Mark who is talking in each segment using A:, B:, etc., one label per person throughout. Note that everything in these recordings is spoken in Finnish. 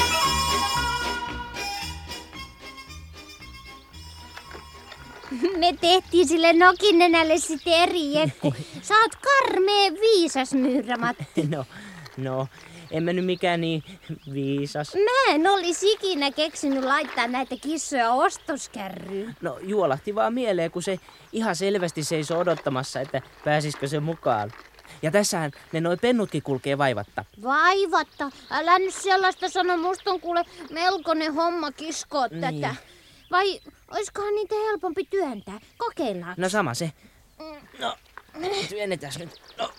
A: Me tehtiin sille nokinenälle sit eri jekku.
B: Niin.
A: Sä oot karmee viisas myyrä, Matti.
B: No, no, en mä nyt mikään niin viisas.
A: Mä en olisi ikinä keksinyt laittaa näitä kissoja ostoskärryyn.
B: No, juolahti vaan mieleen, kun se ihan selvästi seisoi odottamassa, että pääsisikö se mukaan. Ja tässähän ne noi pennutkin kulkee vaivatta.
A: Vaivatta. Älä nyt sellaista sano, musta on kuule melkoinen homma kiskoa
B: Niin.
A: tätä. Vai oiskohan niitä helpompi työntää? Kokeillaan.
B: No sama se. No, työnnetään nyt. No,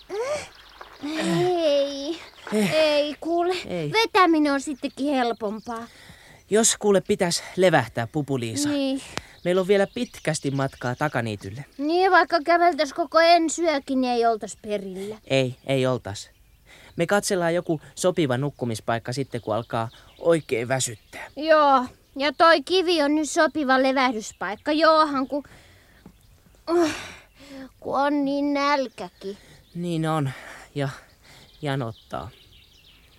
B: Eh.
A: Ei, ei kuule.
B: Ei.
A: Vetäminen on sittenkin helpompaa.
B: jos kuule pitäisi levähtää, pupuliisa.
A: Niin.
B: Meillä on vielä pitkästi matkaa takaniitylle.
A: Niin, vaikka käveltäis koko ensi yökin, niin ei oltais perillä.
B: Ei, ei oltas. Me katsellaan joku sopiva nukkumispaikka sitten, kun alkaa oikein väsyttää.
A: Joo, ja toi kivi on nyt sopiva levähdyspaikka. Joohan, kun, Oh, kun on niin nälkäkin.
B: Niin on. Ja janottaa.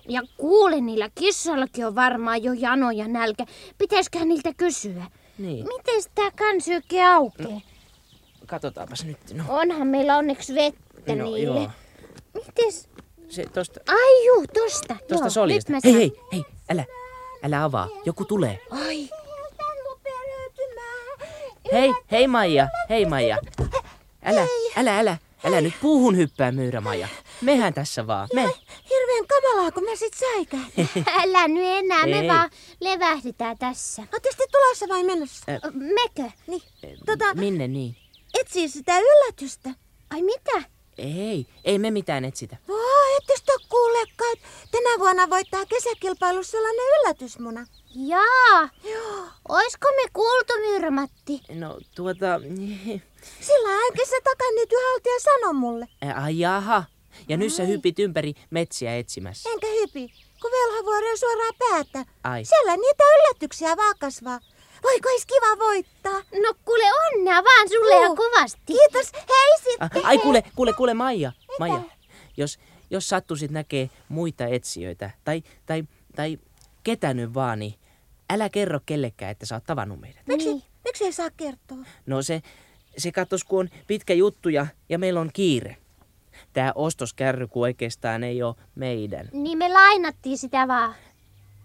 A: Ja kuule, niillä kissoillakin on varmaan jo jano ja nälkä. Pitäisikö niiltä kysyä?
B: Niin,
A: Miten tää kansi oikein aukeaa?
B: katsotaanpas nyt. No, onhan
A: Onhan meillä onneksi vettä
B: no
A: niille.
B: joo.
A: Mites?
B: Se tosta,
A: Ai juu, tosta.
B: tosta
A: Ah, joo,
B: soljesta.
A: nyt mä
B: Hei,
A: saan-
B: hei, hei, älä, älä avaa. Joku tulee.
A: Ai,
B: Hei, hei Maija, hei Maija. Älä, älä, älä, älä nyt puuhun hyppää myyrä Maija. Mehän tässä vaan, me.
C: Hirveän kamalaa, kun mä sit säikään.
A: älä nyt enää,
B: Ei.
A: me vaan levähdetään tässä.
C: Ootte sitten tulossa vai menossa?
A: Ö, Mekö? siis
C: Niin, tota,
B: Minne niin?
C: etsii sitä yllätystä.
A: Ai mitä?
B: Ei, ei me mitään etsitä.
C: Voi, ette sitä oo kuullekaan, että tänä vuonna voittaa kesäkilpailussa sellainen yllätysmuna.
A: Jaa. Oisko me kuultu, Myyrämatti?
B: No tuota,
C: Sillä ainakin se takanityhaltija sanoi mulle.
B: ai jaha. Ja nyt sä hypit ympäri metsiä etsimässä.
C: Enkä hypi, kun velhavuori on suoraan päätä.
B: Ai,
C: Siellä niitä yllätyksiä vaan kasvaa. Voiko olisi kiva voittaa?
A: No kuule, onnea vaan sulle ja
C: Juu.
A: kovasti.
C: Kiitos, hei
B: a-
C: sitten.
B: Ah, ai kuule, kuule, kuule Maija, Maija. Jos, jos sattuisit näkee muita etsijöitä, tai, tai, tai ketä nyt vaan, niin älä kerro kellekään, että sä oot tavannut meidät.
C: Miksi,
A: Niin.
C: miksi ei saa kertoa?
B: No se, se kattos, kun on pitkä juttu ja, ja meillä on kiire. Tää ostoskärry, kun oikeastaan ei ole meidän.
A: Niin me lainattiin sitä vaan.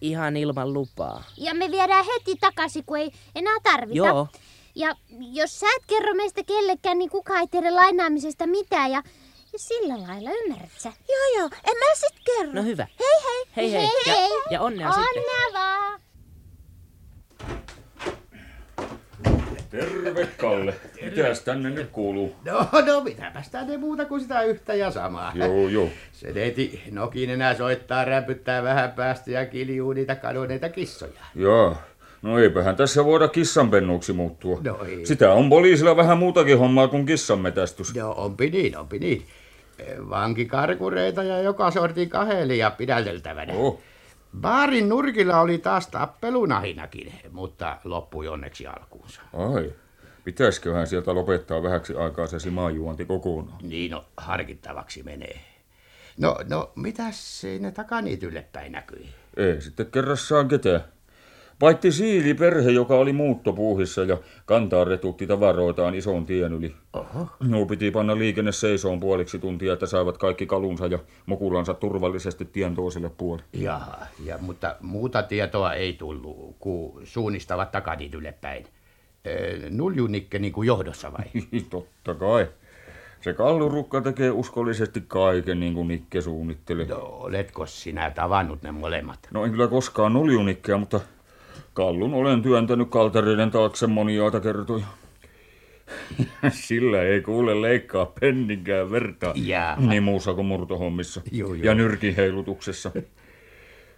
B: Ihan ilman lupaa.
A: Ja me viedään heti takaisin, kun ei enää tarvita.
B: Joo.
A: Ja jos sä et kerro meistä kellekään, niin kukaan ei tiedä lainaamisesta mitään. Ja, ja sillä lailla, ymmärrät sä?
C: Joo joo, en mä sit kerro.
B: No hyvä.
C: Hei hei.
B: Hei hei. Ja, ja onnea, sitten.
A: Onnea vaan.
D: Terve Kalle. Mitäs tänne nyt kuuluu?
E: No, no, mitäpäs tänne muuta kuin sitä yhtä ja samaa.
D: Joo, joo.
E: Ah. Se neiti nokin enää soittaa, rämpyttää vähän päästä ja kiljuu niitä kadonneita kissoja.
D: Joo. No eipähän tässä voida kissanpennuksi muuttua.
E: No ei.
D: Sitä on poliisilla vähän muutakin hommaa kuin kissanmetästys.
E: Joo, onpi niin, onpi niin. Vankikarkureita ja joka sortin kahelia pidäteltävänä.
D: Oh.
E: Baarin nurkilla oli taas tappelunahinakin, mutta loppui onneksi alkuunsa.
D: Ai. Pitäisköhän sieltä lopettaa vähäksi aikaa se simajuonti kokonaan?
E: Niin no, harkittavaksi menee. No, no, mitäs sinne takaniitylle päin näkyi?
D: Ei sitten kerrassaan ketään. Paitsi siiliperhe, joka oli muuttopuuhissa ja kantaa retutti tavaroitaan ison tien yli.
E: Oho.
D: No piti panna liikenne seisoon puoliksi tuntia, että saivat kaikki kalunsa ja mokulansa turvallisesti tien toiselle puolelle.
E: Jaha, ja, mutta muuta tietoa ei tullut, kun suunnistavat takaniitylle päin. Ee, Nuljunikke niin kuin johdossa vai?
D: Totta kai. Se kallurukka tekee uskollisesti kaiken, niin kuin Nikke suunnittelee.
E: No, oletko sinä tavannut ne molemmat?
D: No en kyllä koskaan olju Nikkeä, mutta kallun olen työntänyt kaltareiden taakse moniaita kertoja. Sillä ei kuule leikkaa penninkään vertaa.
E: Jaa.
D: Niin muussa kuin murtohommissa.
E: Juu, juu.
D: Ja nyrkin heilutuksessa.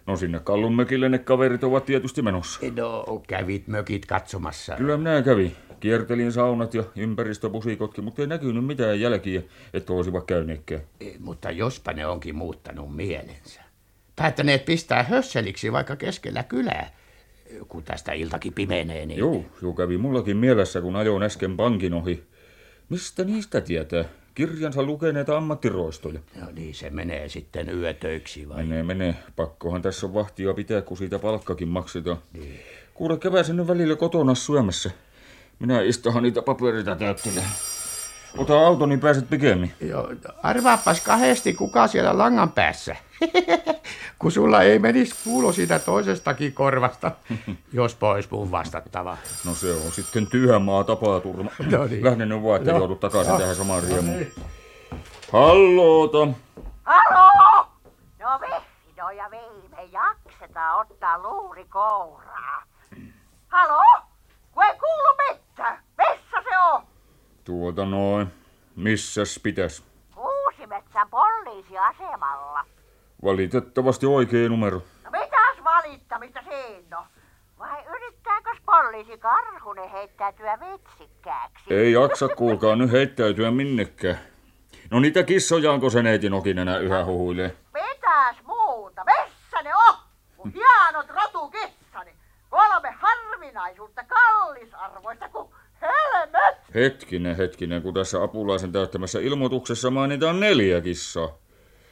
D: No sinne kallun mökille ne kaverit ovat tietysti menossa.
E: No, kävit mökit katsomassa.
D: Kyllä minä kävin. Kiertelin saunat ja ympäristöpusikotkin, mutta ei näkynyt mitään jälkiä, että olisivat käyneetkään.
E: E, Mutta jospa ne onkin muuttanut mielensä. Päättäneet pistää hösseliksi vaikka keskellä kylää, E, kun tästä iltakin pimenee. Niin...
D: Joo, juu kävi mullakin mielessä, kun ajoin äsken pankin ohi. Mistä niistä tietää? Kirjansa lukeneita ammattiroistoja.
E: No niin, se menee sitten yötöiksi vai?
D: Menee, menee. Pakkohan tässä on vahtia pitää, kun siitä palkkakin maksetaan. Niin. Kuule, käväisen nyt välillä kotona syömässä. Minä istahan niitä paperita täyttelen. Ota auto, niin pääset pikemmin.
E: Joo, arvaapas kahdesti, kuka siellä langan päässä. Kun sulla ei menisi kuulo siitä toisestakin korvasta, jos pois mun vastattava.
D: No se on sitten tyhjämaa tapaturma.
E: No niin.
D: Lähden nyt vaan, että
E: No. niin.
D: joudut takaisin tähän samaan riemuun. Halloota.
F: Halo! No vihdoin ja viime jaksetaan ottaa luuri kouraa. Halo? Kun ei kuulu mitään. Missä se on?
D: Tuota noin. Missäs pitäis?
F: Kuusimetsän poliisiasemalla.
D: Valitettavasti oikea numero.
F: No mitäs valittamista siinä on? Vai yrittääkös poliisi Karhunen heittäytyä vitsikkääksi?
D: Ei jaksa kuulkaa nyt heittäytyä minnekään. No niitä kissojaanko se neiti nokin enää yhä huhuilee?
F: Mitäs muuta? Missä ne on? Mun
D: Hmm.
F: hienot rotukissani. Kolme harvinaisuutta kallisarvoista kuin helmet.
D: Hetkinen, hetkinen, kun tässä apulaisen täyttämässä ilmoituksessa mainitaan neljä kissaa.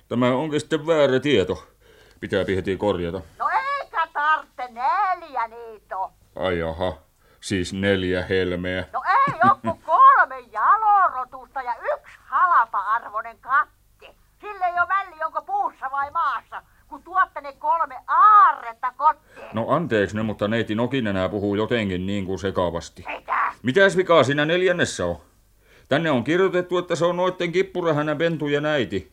D: Tämä onkin sitten väärä tieto. Pitää heti korjata.
F: No eikä tarvitse neljä niitä oo.
D: Ai jaha, siis neljä helmeä.
F: No ei oo kuin kolme jalorotusta ja yksi halpa-arvoinen katti. Sille ei oo väli, onko puussa vai maassa, kun tuotte ne kolme aarretta kotiin.
D: No anteeksi nyt, mutta neiti Nokin enää puhuu jotenkin niin kuin sekavasti.
F: Mitä?
D: Mitäs vikaa siinä neljännessä on? Tänne on kirjoitettu, että se on noitten kippurahänä pentujen äiti.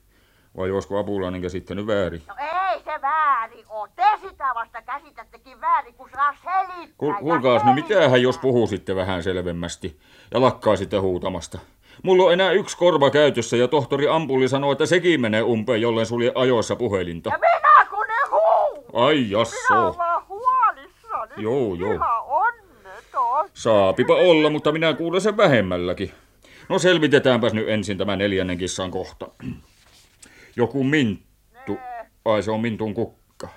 D: Vai olisiko apulainen käsittänyt väärin?
F: No ei se väärin oo. Te sitä vasta käsitättekin väärin, kun saa selittää.
D: Ku,
F: ja
D: kuulkaas, no
F: selittää.
D: mitähän jos puhuisitte vähän selvemmästi ja lakkaisitte huutamasta. Mulla on enää yksi korva käytössä ja tohtori Ampuli sanoo, että sekin menee umpeen, jollen sulje ajoissa puhelinta.
F: Ja minä kun ne huu!
D: Ai
F: Minä oon
D: jasso.
F: vaan huolissani.
D: Joo, joo.
F: Ihan onneton.
D: Saapipa olla, mutta minä kuulen sen vähemmälläkin. No selvitetäänpäs nyt ensin tämä neljännen kissan kohta. Joku minttu. Ai se on mintun kukka.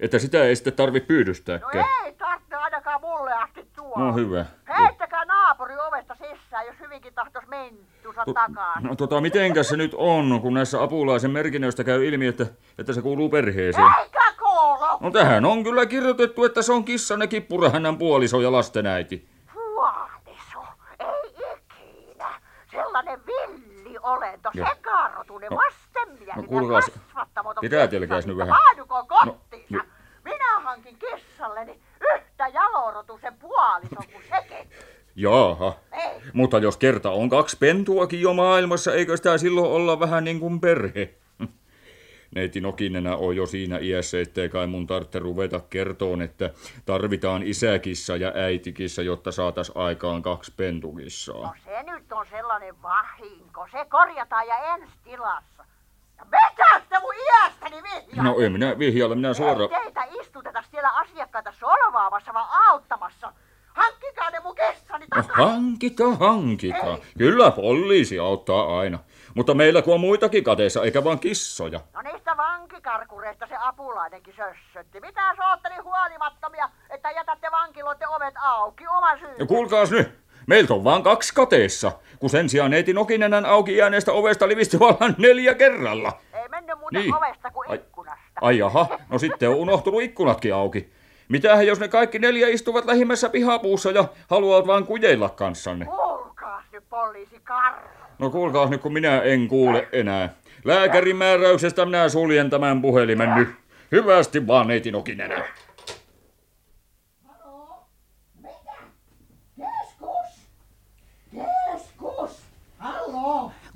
D: Että sitä ei sitten tarvi
F: No
D: pyydystääkään.
F: ei tarvitse ainakaan mulle asti tuoda.
D: No hyvä.
F: Heittäkää naapuri ovesta sisään, jos hyvinkin tahtos minttunsa takaa.
D: No tota, mitenkäs se nyt on, kun näissä apulaisen merkinnöistä käy ilmi, että, että se kuuluu perheeseen?
F: Eikä kuulu!
D: No tähän on kyllä kirjoitettu, että se on kissanne kippurahännän puoliso ja lastenäiti.
F: Puoliso! Ei ikinä! Sellainen villi olento,
D: Joo.
F: sekarotunen,
D: No.
F: vastenmielinen,
D: No kuulkaas,
F: kasvattamaton
D: pidätelkääs nyt
F: kissanista.
D: vähän.
F: Paaduko kottiinsa?
D: No,
F: No, Minä hankin kissalleni yhtä jalorotusen puolison kuin sekin.
D: Jaaha.
F: Ei,
D: Mutta jos kerta on kaksi pentuakin jo maailmassa, eikö sitä silloin olla vähän niin kuin perhe? Neiti Nokinenä on jo siinä iässä, ettei kai mun tarvitse ruveta kertoon, että tarvitaan isäkissa ja äitikissa, jotta saatas aikaan kaksi pentukissaa.
F: No se nyt on sellainen vahinko. Se korjataan ja ensi tilassa. Ja Mitä te mun iästäni vihjaa?
D: No ei minä vihjailla, minä suoraan...
F: Ei teitä istuteta siellä asiakkaita solvaamassa, vaan auttamassa. Hankkikaa ne mun kessani
D: No,
F: takaisin.
D: hankita, hankita. Kyllä poliisi auttaa aina. Mutta meillä kun on muitakin kateissa, eikä vaan kissoja.
F: No niistä vankikarkureista se apulainenkin sössötti. Mitä se ootte niin huolimattomia, että jätätte vankiloiden ovet auki oman syyn?
D: Ja kuulkaas nyt, meiltä on vaan kaksi kateissa, kun sen sijaan neiti Nokinenän auki jääneestä ovesta livisti vallan neljä kerralla.
F: Ei mennyt muuten
D: Niin.
F: ovesta kuin
D: Ai.
F: ikkunasta.
D: Ai jaha, no sitten on unohtunut ikkunatkin auki. Mitähän jos ne kaikki neljä istuvat lähimmässä pihapuussa ja haluavat vaan kujeilla kanssanne?
F: Kuulkaas nyt poliisi karhu.
D: No kuulkaas nyt, kun minä en kuule enää. Lääkärin määräyksestä minä suljen tämän puhelimen nyt. Hyvästi vaan neiti Nokinenä.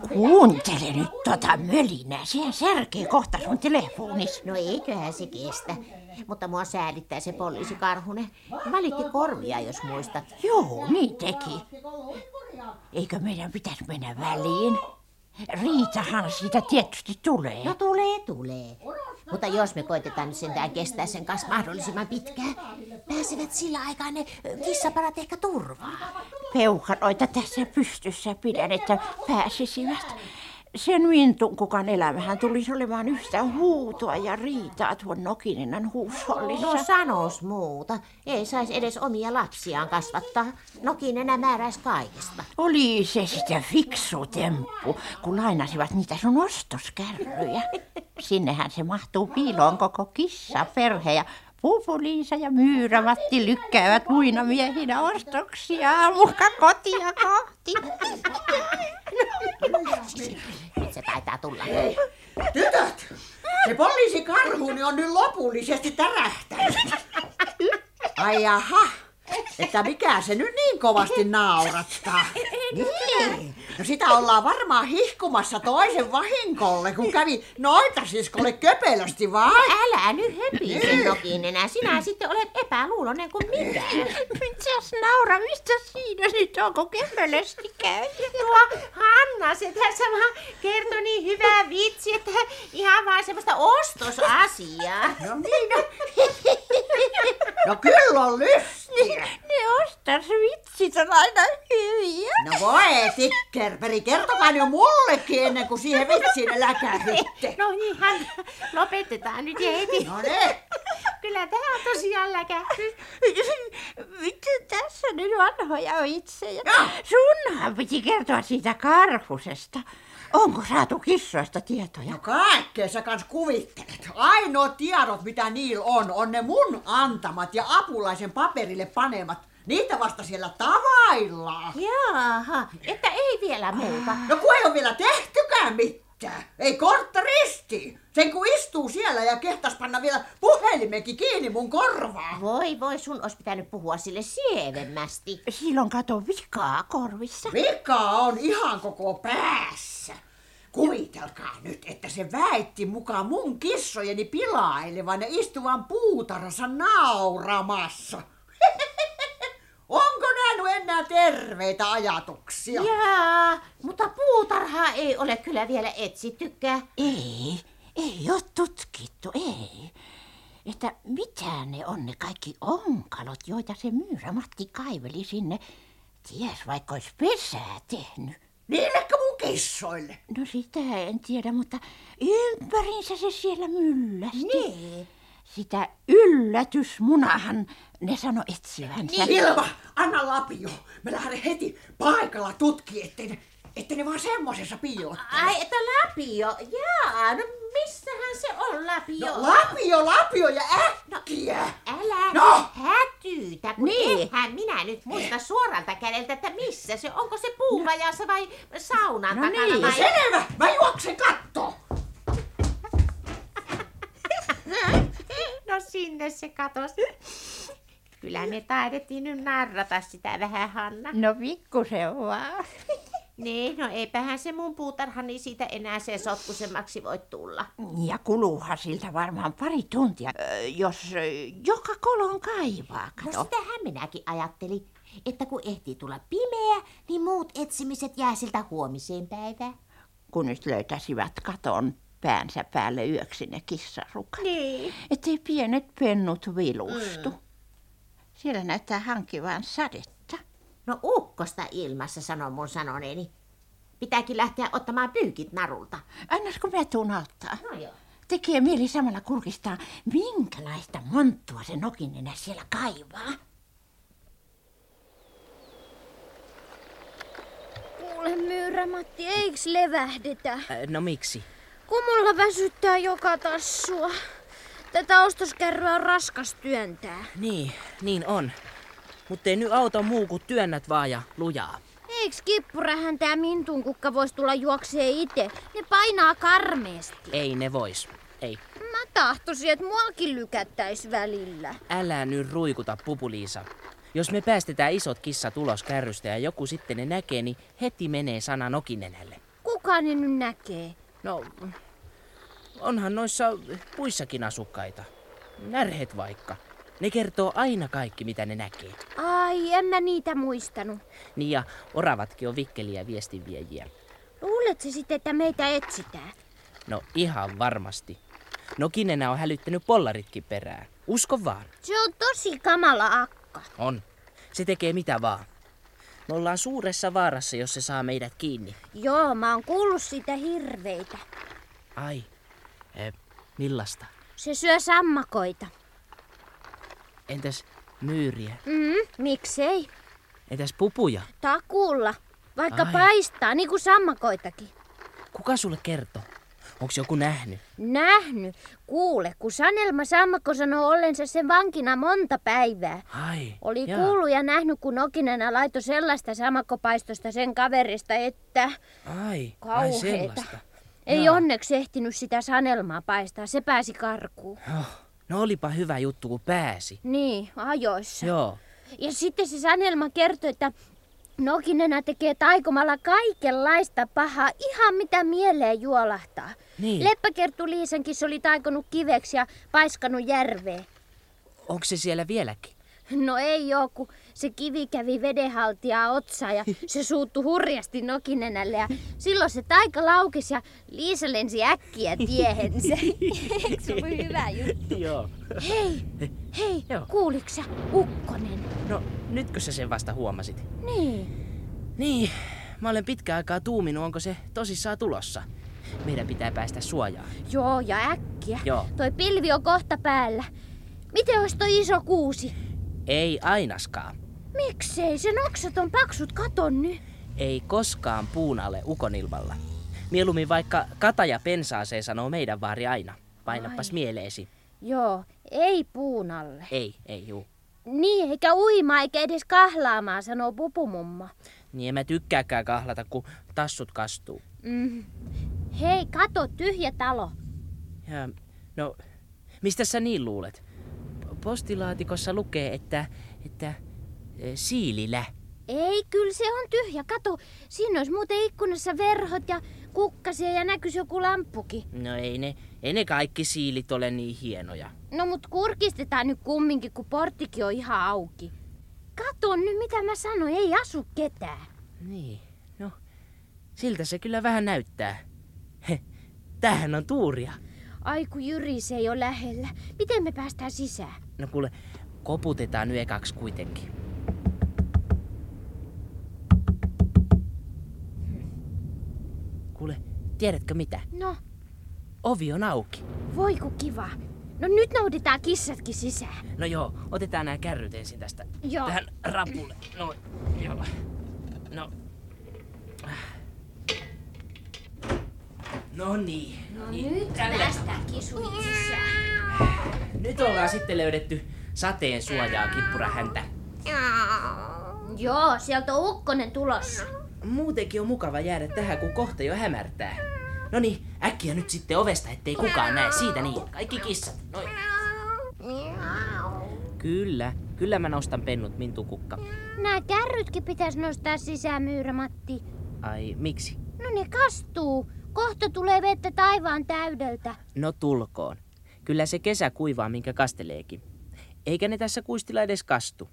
G: Kuuntele nyt tota mölinää. Sehän särkee kohta sun telefonis.
H: No eiköhän se kestä. Mutta mua säälittää se poliisi Karhunen. Valitti korvia, jos muistat.
G: Joo, niin teki. Eikö meidän pitäisi mennä väliin? Riitahan siitä tietysti tulee.
H: No tulee, tulee. Mutta jos me koitetaan nyt sentään kestää sen kanssa mahdollisimman pitkään, pääsevät sillä aikaa ne ö, kissaparat ehkä turvaan.
G: Peukaloita tässä pystyssä pidän, että pääsisivät. Sen mintun kukan elämähän tulisi olemaan yhtä huutoa ja riitaa tuon Nokinenan huusollissa.
H: No sanos muuta. Ei saisi edes omia lapsiaan kasvattaa. Nokin enää määräisi kaikesta.
G: Oli se sitä fiksu temppu, kun lainasivat niitä sun ostoskärryjä. Sinnehän se mahtuu piiloon koko kissa, perhe ja Pupuliisa ja Myyrämatti lykkäävät muina miehinä ostoksia muka kotia kohti.
C: Nyt se taitaa tulla.
F: Tytöt! Se poliisikarhuni on nyt lopullisesti tärähtänyt. Ai jaha, että mikä se nyt niin kovasti naurattaa. Niin. No sitä ollaan varmaan hihkumassa toisen vahinkolle, kun kävi noita siskolle köpelösti Niin. vai?
C: No Älä nyt höpise, Nokinenä. Sinä sitten olet epäluulonen kuin minä.
G: Mitäs nauramista siinä nyt on, kun köpelösti käy?
I: Tuo Hanna, se tässä vaan kertoi niin hyvää vitsiä, että ihan vaan semmoista ostosasiaa.
F: No niin, no. No kyllä on lystiä.
G: niin. Ne ostosvitsit on aina hyviä.
F: No voi, tikkerperi, kertokaa ne mullekin ennen kuin siihen vitsiin läkähditte.
I: No niin, Hanna, lopetetaan nyt ja heti.
F: No niin.
I: Kyllä tämä on tosiaan läkähtys.
G: Vitsi, tässä nyt vanhoja vitsejä. Sunhan piti kertoa siitä karhusesta. Onko saatu kissoista tietoja?
F: No kaikkea sä kans kuvittelet. Ainoat tiedot, mitä niillä on, on ne mun antamat ja apulaisen paperille panemat. Niitä vasta siellä tavaillaan.
I: Jaaha, että ei vielä muuta.
F: No kun ei ole vielä tehtykään mitään. Ei kortta risti. Sen kun istuu siellä ja kehtas panna vielä puhelimenkin kiinni mun korvaan.
I: Voi voi, sun olisi pitänyt puhua sille sievemmästi.
G: Silloin kato vikaa korvissa.
F: Vika on ihan koko päässä. Kuvitelkaa nyt, että se väitti mukaan mun kissojeni pilailevan ja istuvan puutarhassa nauramassa. Onko nähnyt enää terveitä ajatuksia?
I: Jaa, mutta puutarhaa ei ole kyllä vielä etsittykään.
G: Ei, ei ole tutkittu, ei. Että mitä ne on ne kaikki onkalot, joita se myyrämatti kaiveli sinne, ties vaikka olisi pesää tehnyt.
I: Niin,
F: Niillekö mun kissoille?
G: No sitä en tiedä, mutta ympärinsä se siellä myllästi. Niin. Sitä yllätysmunahan ne sano
I: Niin.
G: etsivänsä.
F: Ilma, anna lapio. Mä lähden heti paikalla tutki, ettei ne, ettei ne vaan semmosessa piilottele.
I: Ai, että lapio. Jaa, no missähän se on lapio?
F: No, lapio, lapio ja äkkiä!
I: No, Älä
F: No!
I: hätyytä, kun
G: Niin.
I: niin. eihän minä nyt muista suoralta kädeltä, että missä se, onko se puupajassa vai saunan
G: No
I: takana
G: niin.
I: vai...
F: No. Selvä! Mä juoksen kattoon!
I: No sinne se katosi. Kyllä me taidettiin nyt narrata sitä vähän, Hanna.
G: No pikkusen vaan.
I: Niin, no eipähän se mun puutarhani siitä enää se sotkusemmaksi voi tulla.
G: Ja kuluuhan siltä varmaan pari tuntia, ö, jos ö, joka kolon kaivaa.
I: No
G: Kato.
I: sitähän minäkin ajattelin, että kun ehtii tulla pimeä, niin muut etsimiset jää siltä huomiseen päivään.
G: kunnes löytäisivät katon päänsä päälle yöksi ne kissarukat. Niin. Ettei pienet pennut vilustu. Mm. Siellä näyttää hankivan sadetta.
I: No ukkosta ilmassa sanoi mun sanoneeni. Pitääkin lähteä ottamaan pyykit narulta.
G: Annasko mä tuun auttaa?
I: No joo.
G: Tekee mieli samalla kurkistaa, minkälaista monttua se nokinenä siellä kaivaa.
A: Kuule Myyrämatti, eiks levähdetä?
B: Ä, No miksi?
A: Kun mulla väsyttää joka tassua. Tätä ostoskärryä on raskas työntää.
B: Niin, niin on. Mutta ei nyt auta muu kuin työnnät vaan ja lujaa.
A: Eiks kippurähän tää mintun kukka vois tulla juoksee itse? Ne painaa karmeesti.
B: Ei ne vois. Ei.
A: Mä tahtoisin, että muakin lykättäis välillä.
B: Älä nyt ruikuta, Pupuliisa. Jos me päästetään isot kissat ulos kärrystä ja joku sitten ne näkee, niin heti menee sana nokinenälle.
A: Kuka ne nyt näkee?
B: No, onhan noissa puissakin asukkaita. Närhet vaikka. Ne kertoo aina kaikki, mitä ne näkee.
A: Ai, en mä niitä muistanut.
B: Niin ja oravatkin on vikkeliä viestinviejiä.
A: Luuletko sitten, että meitä etsitään?
B: No ihan varmasti. Nokinenä on hälyttänyt pollaritkin perään. Usko vaan.
A: Se on tosi kamala akka.
B: On. Se tekee mitä vaan. Me ollaan suuressa vaarassa, jos se saa meidät kiinni.
A: Joo, mä oon kuullut sitä hirveitä.
B: Ai. Eh, millaista?
A: Se syö sammakoita.
B: Entäs myyriä?
A: Mm, miksei?
B: Entäs pupuja?
A: Takuulla. Vaikka
B: Ai.
A: paistaa, niin kuin sammakoitakin.
B: Kuka sulle kertoo? Onko joku nähnyt?
A: Nähnyt. Kuule, kun Sanelma Sammakko sanoi ollensa sen vankina monta päivää.
B: Ai.
A: Oli
B: jaa.
A: kuullut ja nähnyt, kun Okinena laitoi sellaista sammakkopaistosta sen kaverista, että...
B: Ai, ai
A: Kauheeta.
B: sellaista.
A: Ei
B: Jaa.
A: onneksi ehtinyt sitä sanelmaa paistaa, se pääsi karkuun.
B: Oh, no olipa hyvä juttu, kun pääsi.
A: Niin, ajoissa.
B: Joo.
A: Ja sitten se sanelma kertoi, että Nokinena tekee taikomalla kaikenlaista pahaa, ihan mitä mieleen juolahtaa.
B: Niin.
A: Leppäkerttu Liisankin se oli taikonut kiveksi ja paiskannut järveen.
B: Onko se siellä vieläkin?
A: No ei oo, kun se kivi kävi vedenhaltijaa otsaa ja se suuttu hurjasti Nokinenälle ja silloin se taika laukesi ja Liisa lensi äkkiä tiehensä. Eikö se ollut hyvä juttu?
B: Joo.
A: Hei, hei,
B: Joo.
A: kuuliksä Ukkonen?
B: No, nytkö sä sen vasta huomasit?
A: Niin,
B: Niin, mä olen pitkä aikaa tuuminut, onko se tosissaan tulossa. Meidän pitää päästä suojaan.
A: joo ja äkkiä.
B: Joo.
A: Toi pilvi on kohta päällä. Miten olisi toi iso kuusi?
B: Ei ainaskaan.
A: Miksei? Sen oksat on paksut, katon nyt.
B: Ei koskaan puun alle ukonilmalla. Mieluummin vaikka kataja pensaaseen sanoo meidän vaari aina. Painappas mieleesi.
A: Joo, ei puun alle.
B: Ei, ei juu.
A: Niin, eikä uimaa eikä edes kahlaamaan, sanoo pupumumma.
B: Niin en mä tykkääkään kahlata, kun tassut kastuu.
A: Mm. Hei, kato, tyhjä talo.
B: Ja, no, mistä sä niin luulet? P- Postilaatikossa lukee, että, että e, siililä.
A: Ei, kyllä se on tyhjä. Kato, siinä olisi muuten ikkunassa verhot ja kukkasia ja näkyisi joku lamppukin.
B: No ei ne, ei ne kaikki siilit ole niin hienoja.
A: No mut kurkistetaan nyt kumminkin, kun porttikin on ihan auki. Kato nyt, mitä mä sanoin, ei asu ketään.
B: Niin, no, siltä se kyllä vähän näyttää. Heh, tämähän on tuuria.
A: Ai kun Jyri, se ei ole lähellä. Miten me päästään sisään?
B: No kuule, koputetaan nyt ekaksi kuitenkin. Kuule, tiedätkö mitä?
A: No,
B: Ovi on auki.
A: voi ku kiva. No nyt noudetaan kissatkin sisään.
B: No joo, otetaan nämä kärryt ensin tästä.
A: Joo.
B: Tähän rapulle. Noin. Joo. No. No niin. No niin. Tällä-
A: Päästään kisuihin sisään.
B: Nyt ollaan sitten löydetty sateen suojaa kippurahäntä.
A: Joo, sieltä on ukkonen tulossa.
B: Muutenkin on mukava jäädä tähän, kun kohta jo hämärtää. No niin, äkkiä nyt sitten ovesta, ettei kukaan näe. Siitä niin, kaikki kissat. Noin. Kyllä, kyllä mä nostan pennut, Mintu Kukka.
A: Nämä kärrytkin pitäisi nostaa sisään, Myyrämatti.
B: Ai, miksi?
A: No ne kastuu. Kohta tulee vettä taivaan täydeltä.
B: No tulkoon. Kyllä se kesä kuivaa, minkä kasteleekin. Eikä ne tässä kuistilla edes kastu.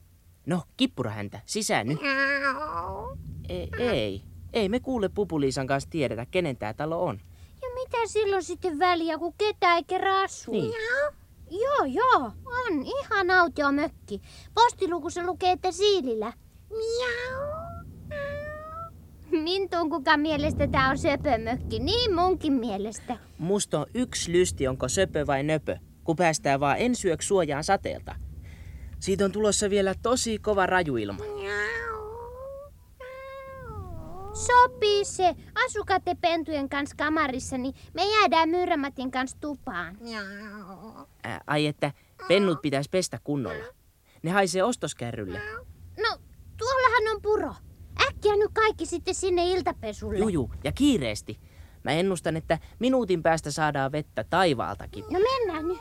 B: No, kippura häntä, sisään nyt. E- Ei, ei, ei me kuule Pupuliisan kanssa tiedetä, kenen tää talo on.
A: Ja mitä silloin sitten väliä, kun ketään ei kerran asu?
B: Niin.
A: Joo, joo, on ihan autio mökki. Postilukussa lukee, että siilillä. Mintun kuka mielestä tää on söpömökki, niin munkin mielestä.
B: Musta on yksi lysti, onko söpö vai nöpö, kun päästään vaan ensyöksi suojaan sateelta. Siitä on tulossa vielä tosi kova rajuilma.
A: Sopii se. Asukaa te pentujen kanssa kamarissa, niin me jäädään Myyrämatin kanssa tupaan.
B: Ä, ai että pennut pitäisi pestä kunnolla. Ne haisee ostoskärrylle.
A: No, tuollahan on puro. Äkkiä nyt kaikki sitten sinne iltapesulle.
B: Juju, ja kiireesti. Mä ennustan, että minuutin päästä saadaan vettä taivaaltakin.
A: No mennään nyt.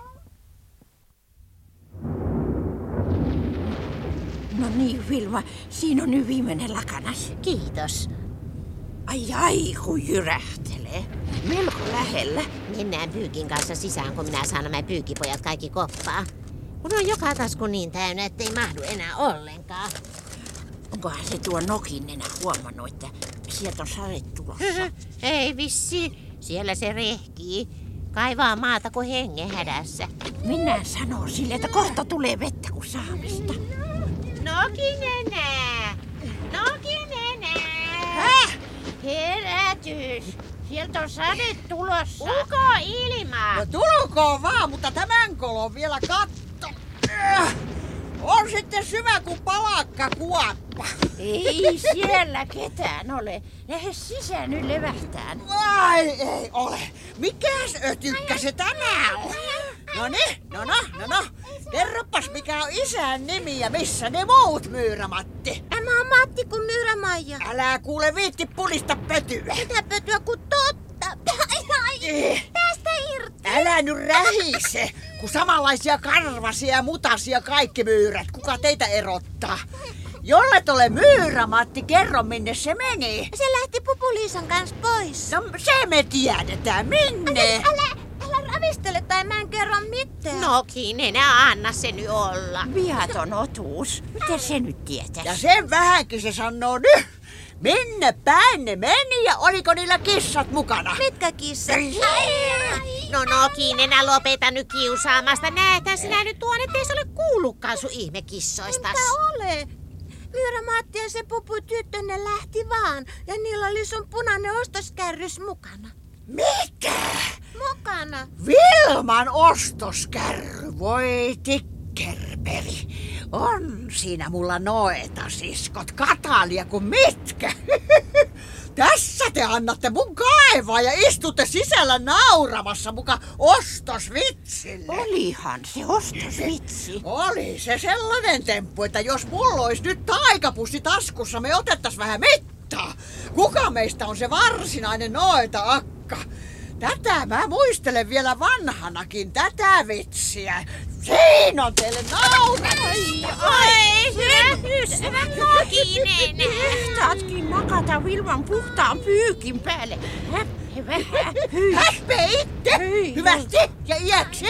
G: No niin, Vilma, siinä on nyt viimeinen lakanas.
C: Kiitos.
G: Ai ai, kun jyrähtelee. Melko lähellä.
C: Mennään pyykin kanssa sisään, kun minä saan nämä pyykkipojat kaikki koppaa. Kun on joka tasku niin täynnä, ettei mahdu enää ollenkaan.
G: Onkohan se tuo nokinenä huomannut, että sieltä on sade tulossa?
C: Ei vissi, siellä se rehkii. Kaivaa maata kuin hengen hädässä.
G: Minä sanon sille, että kohta tulee vettä kuin saamista.
I: Nokinenä! Nokinenä!
G: Herätys! Sieltä on sade tulossa.
I: Uko ilma!
F: No tulkoon vaan, mutta tämän kolon vielä katto. Äh! On sitten syvä kuin palakka kuoppa. 哎
G: Ei siellä ketään ole. Lähde sisään nyt levähtään.
F: Ai ei ole. Mikäs ötykkä se tämä on? No niin, no no, no no. Kerropas mikä on isän nimi ja missä ne muut myyrämatti.
H: Tämä on Matti kuin Myyrämaija.
F: Älä kuule viitti pulista pötyä.
H: Mitä pötyä kuin totta? Ai, ai,
F: Eh.
H: päästä irti.
F: Älä nyt rähise, kun samanlaisia karvasia ja mutasia kaikki myyrät.
H: Niin.
F: Kuka teitä erottaa? Jollet ole myyrä, Matti, kerro minne se meni.
H: Se lähti Pupuliisan kanssa pois.
F: No se me tiedetään, minne?
H: Älä, älä ravistele tai mä en kerro mitään.
I: Nokin, enää anna se nyt olla.
G: Viaton otuus. Mitä se nyt tietää?
F: Ja sen vähänkin se sanoo nyt. Minne päin ne meni ja oliko niillä kissat mukana?
H: Mitkä kissat?
I: No Nokin, enää lopeta nyt kiusaamasta. Näethän sinä nyt tuon, ettei se ole kuullutkaan sun ihmekissoista.
H: Mitä ole? Myyrä Matti ja se pupu tyttö, ne lähti vaan. Ja niillä oli sun punainen ostoskärrys mukana.
F: Mikä?
H: Mukana.
F: Vilman ostoskärry, voi tikkerperi. On siinä mulla noita siskot, katalia kuin mitkä. Tässä te annatte mun kaivaa ja istutte sisällä nauramassa muka ostosvitsille.
G: Olihan se ostosvitsi.
F: Oli se sellainen temppu, että jos mulla olisi nyt taikapussi taskussa, me otettaisiin vähän mittaa. Kuka meistä on se varsinainen noita akka? Tätä mä muistelen vielä vanhanakin, tätä vitsiä. Siinä on teille nauraa!
I: Ai, hyvä ystävä Nokinen.
G: Taatkin nakata Vilman puhtaan pyykin päälle. Häh, vähän. Hyi,
F: Häpeitte!
G: Ei.
F: Hyvästi ja iäksi!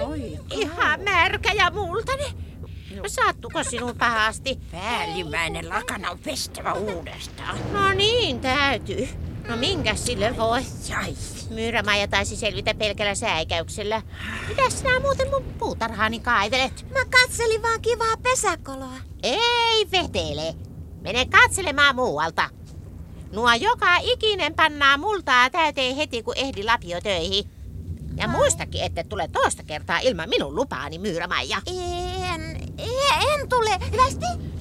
G: Oi,
I: Ihan märkä ja multainen. Sattuko No sinun pahasti?
G: päällimmäinen lakana on pestävä uudestaan.
I: No niin, täytyy. No minkä sille voi?
G: Jai.
I: Myyrämaija taisi selvitä pelkällä säikäyksellä. Mitäs sinä muuten mun puutarhaani kaivelet?
H: Mä katselin vaan kivaa pesäkoloa.
I: Ei vetele. Mene katselemaan muualta. Nuo joka ikinen pannaa multaa täyteen heti, kun ehdi lapiotöihin. Ja muistakin, että tule toista kertaa ilman minun lupaani, Myyrämaija.
H: En, en, en tule. Hyvästi?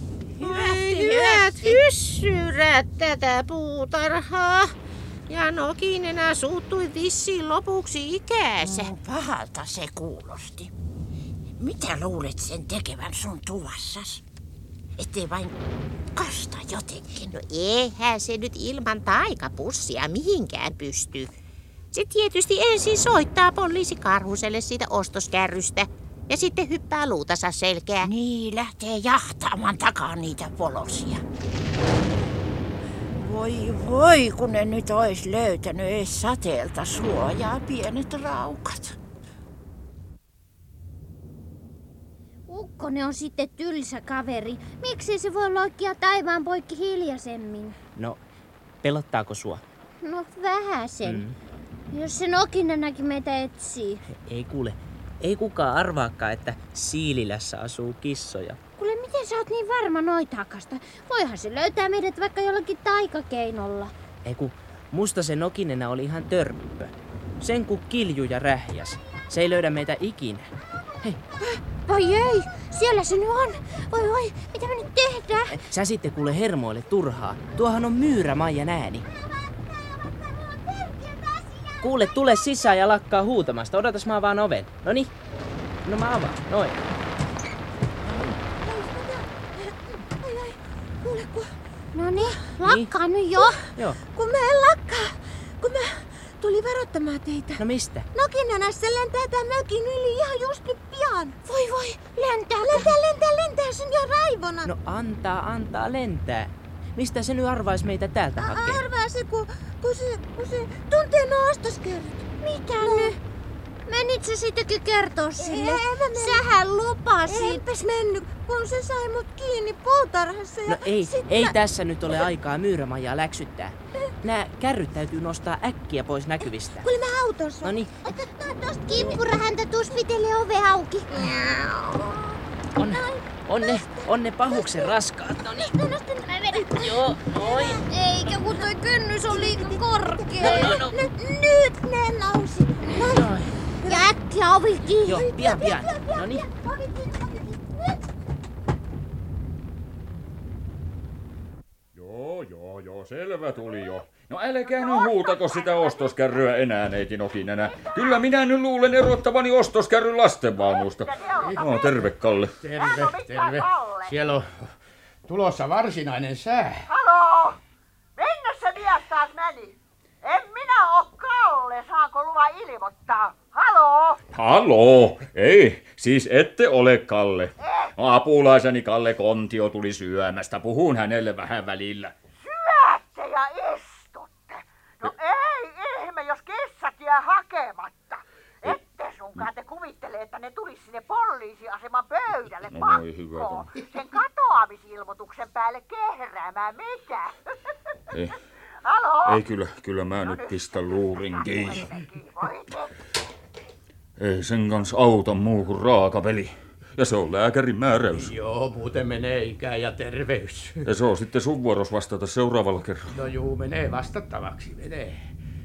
I: Ei hyvät hyssyrät tätä puutarhaa. Ja nokin enää suuttui vissiin lopuksi ikäänsä.
G: Mm, Pahalta se kuulosti. Mitä luulet sen tekevän sun tuvassas? Ettei vain kasta jotenkin.
I: No eihän se nyt ilman taikapussia mihinkään pysty. Se tietysti ensin soittaa poliisi karhuselle siitä ostoskärrystä ja sitten hyppää luutansa selkää.
G: Niin, lähtee jahtaamaan takaa niitä polosia. Voi voi, kun ne nyt ois löytänyt ees sateelta suojaa pienet raukat.
A: Ukkonen on sitten tylsä kaveri. Miksi se voi loikkia taivaan poikki hiljaisemmin?
B: No, pelottaako sua?
A: No vähäsen. Mm. Jos se nokinenäkin meitä etsii.
B: Ei kuule, ei kukaan arvaakaan, että Siililässä asuu kissoja.
A: Kuule, miten sä oot niin varma noitaakasta? Voihan se löytää meidät vaikka jollakin taikakeinolla.
B: Ei kun, musta se nokinenä oli ihan törppö. Sen kun kilju ja rähjäs. Se ei löydä meitä ikinä.
A: Voi ei, siellä se nyt on. Voi voi, mitä me nyt tehdään?
B: Sä sitten kuule hermoille turhaa. Tuohan on myyrä Maijan ääni. Kuule, tule sisään ja lakkaa huutamasta. Odotas mä vaan oven. No niin. No mä avaan. Noin.
H: Ai, ai. Kuule, kun,
A: No niin, lakkaa nyt jo.
B: Joo.
H: kun mä en lakkaa. Kun mä tulin varoittamaan teitä.
B: No mistä?
H: Nokinenä se lentää tämän mökin yli ihan just nyt pian. Voi voi, lentää, lentää, lentää, lentää sen ja raivona.
B: No antaa, antaa lentää. Mistä se nyt arvais meitä täältä hakee?
H: Arvaa se, kun, kun se, kun se tuntee nuo ostoskerrat. Mitä no. nyt?
A: Menit sä sittenkin kertoa sille?
H: Ei, en mä mennyt.
A: Sähän lupasit.
H: Enpäs mennyt, kun se sai mut kiinni puutarhassa. Ja
B: No ei,
H: sit
B: ei
H: mä-
B: tässä nyt ole aikaa myyrämajaa läksyttää. Nää kärryt täytyy nostaa äkkiä pois näkyvistä.
H: Kuule mä autossa.
B: No niin,
H: Otetaan tosta kippurahäntä, tuus vitelee ove auki.
B: on, on ne, on ne pahuksen raskaat.
H: No niin. Nosta, nosta, mä vedän.
B: Joo, noin.
A: Eikä kun toi kynnys on liian korkea.
H: No, no. Nyt, nyt ne nousi. Noin.
B: Noin.
A: Ja äkkiä ovi kiinni.
B: Joo, pian, pian. No niin.
H: Ovi kiinni, ovi kiinni.
D: joo, selvä tuli jo. No älkää nyt huutako sitä ostoskärryä enää, neiti Nokinenä. Kyllä minä nyt luulen erottavani ostoskärry lastenvaunusta. No, terve Kalle.
E: Terve, terve. Siellä on tulossa varsinainen sää.
J: Halo! Minne se mies taas meni? En minä oo Kalle, saanko luvan ilmoittaa? Halo!
D: Halo, ei, siis ette ole Kalle. No, apulaiseni Kalle Kontio tuli syömästä, puhun hänelle vähän välillä.
J: Syötte ja istutte. No ei ihme, jos kissat jää hakematta.
D: No,
J: Ette sunkaan te kuvittele, että ne tulis sinne poliisiaseman pöydälle
D: No voi hyvä
J: pakkoon. Sen katoamisilmoituksen päälle kehräämään mitä?
D: Ei,
J: Halo!
D: ei kyllä, kyllä mä nyt pistän luurin kiinni.
J: Voi
D: Ei sen kanssa auta muu kuin raaka veli. Ja se on lääkärin määräys.
E: Joo, muuten menee ikä ja terveys.
D: Ja se on sitten sun vuoros vastata seuraavalla kerralla.
E: No juu, menee vastattavaksi, menee.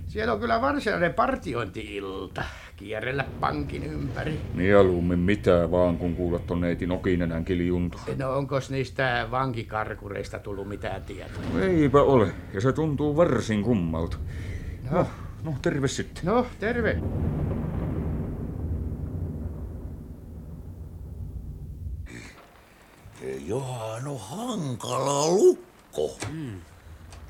E: Siellä on kyllä varsinainen partiointi-ilta. Kierrellä pankin ympäri.
D: Mieluummin mitään vaan, kun kuulet ton neitin okinenän kiljunta.
E: No onkos niistä vankikarkureista tullut mitään tietoa?
D: Eipä ole, ja se tuntuu varsin kummalta.
E: No,
D: no terve sitten.
E: No, terve.
K: Johan on hankala lukko. Mm.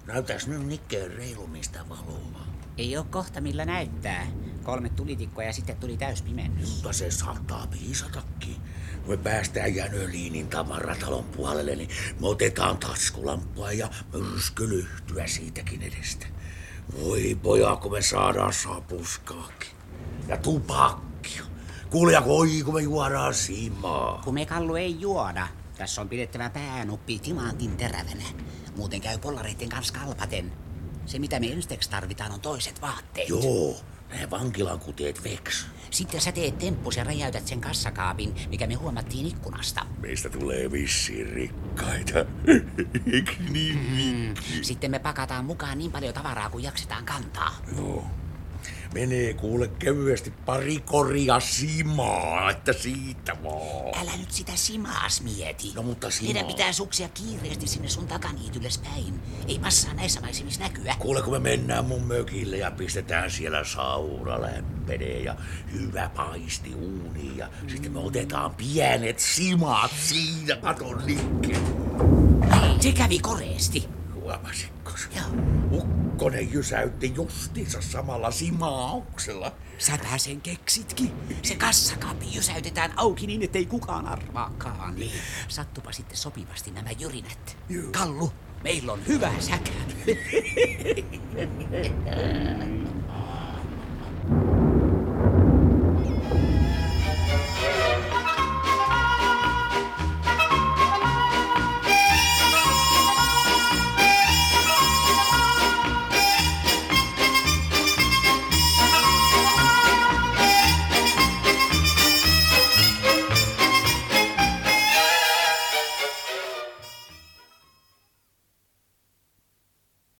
K: Näytäs nyt Nikkeen reilumista valoa.
L: Ei oo kohta millä näyttää. Kolme tulitikkoa ja sitten tuli täyspimennys.
K: Mutta se saattaa piisatakin. Me päästään Jänöliinin tavaratalon puolelle, niin me otetaan taskulamppua ja myrskylyhtyä siitäkin edestä. Voi poja, kun me saadaan sapuskaakin. Ja tupakkia. Kuulija, kun oi, kun me juodaan simaa.
L: Kun me kallu ei juoda, tässä on pidettävä päänuppi timantin terävänä. Muuten käy pollareiden kanssa kalpaten. Se mitä me ensiksi tarvitaan on toiset vaatteet.
K: Joo, ne vankilan kuteet veks.
L: Sitten sä teet temppus ja räjäytät sen kassakaapin, mikä me huomattiin ikkunasta.
K: Meistä tulee vissiin rikkaita. Eikö niin?
L: Mm. Sitten me pakataan mukaan niin paljon tavaraa kuin jaksetaan kantaa.
K: Joo. Menee kuule kevyesti pari koria simaa, että siitä vaan.
L: Älä nyt sitä simaas mieti.
K: No mutta simaa.
L: Meidän pitää suksia kiireesti sinne sun takaniityles päin. Ei passaa näissä maisemissa näkyä.
K: Kuule, kun me mennään mun mökille ja pistetään siellä saura lämpenee ja hyvä paisti uuniin ja sitten me otetaan pienet simat siinä katon liikkeelle.
L: Niin, Se kävi koreesti.
K: Huomasitko Joo. Ukkonen jysäytti justiinsa samalla simauksella.
L: Säpä sen keksitkin. Se kassakaappi jysäytetään auki niin, ettei kukaan arvaakaan. Niin. Sattupa sitten sopivasti nämä jyrinät.
K: Juu.
L: Kallu, meillä on hyvä säkä.